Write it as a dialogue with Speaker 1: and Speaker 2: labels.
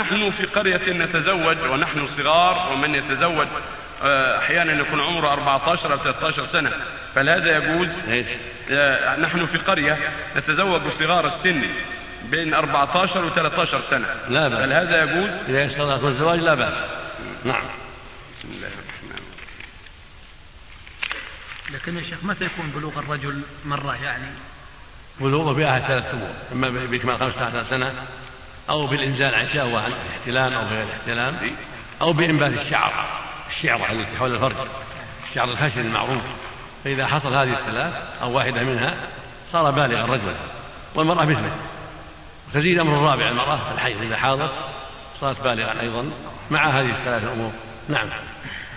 Speaker 1: نحن في قرية نتزوج ونحن صغار ومن يتزوج آه، أحيانا يكون عمره 14 أو 13 سنة فهل هذا يجوز؟
Speaker 2: ايش؟
Speaker 1: آه، نحن في قرية نتزوج صغار السن بين 14 و 13 سنة
Speaker 2: لا بأس.
Speaker 1: هل هذا يجوز؟
Speaker 2: اذا يشترط الزواج لا باس نعم
Speaker 1: بسم الله الرحمن الرحيم
Speaker 3: لكن يا شيخ متى يكون بلوغ الرجل مرة يعني
Speaker 2: بلوغه بأحد ثلاث أمور إما بإكمال 15 سنة أو بالإنزال عن شهوة عن احتلام أو غير احتلام أو بإنبات الشعر الشعرة التي حول الفرج الشعر الخشن المعروف فإذا حصل هذه الثلاث أو واحدة منها صار بالغا رجلا والمرأة مثله تزيد أمر الرابع المرأة في الحيض إذا حاضت صارت بالغا أيضا مع هذه الثلاث أمور نعم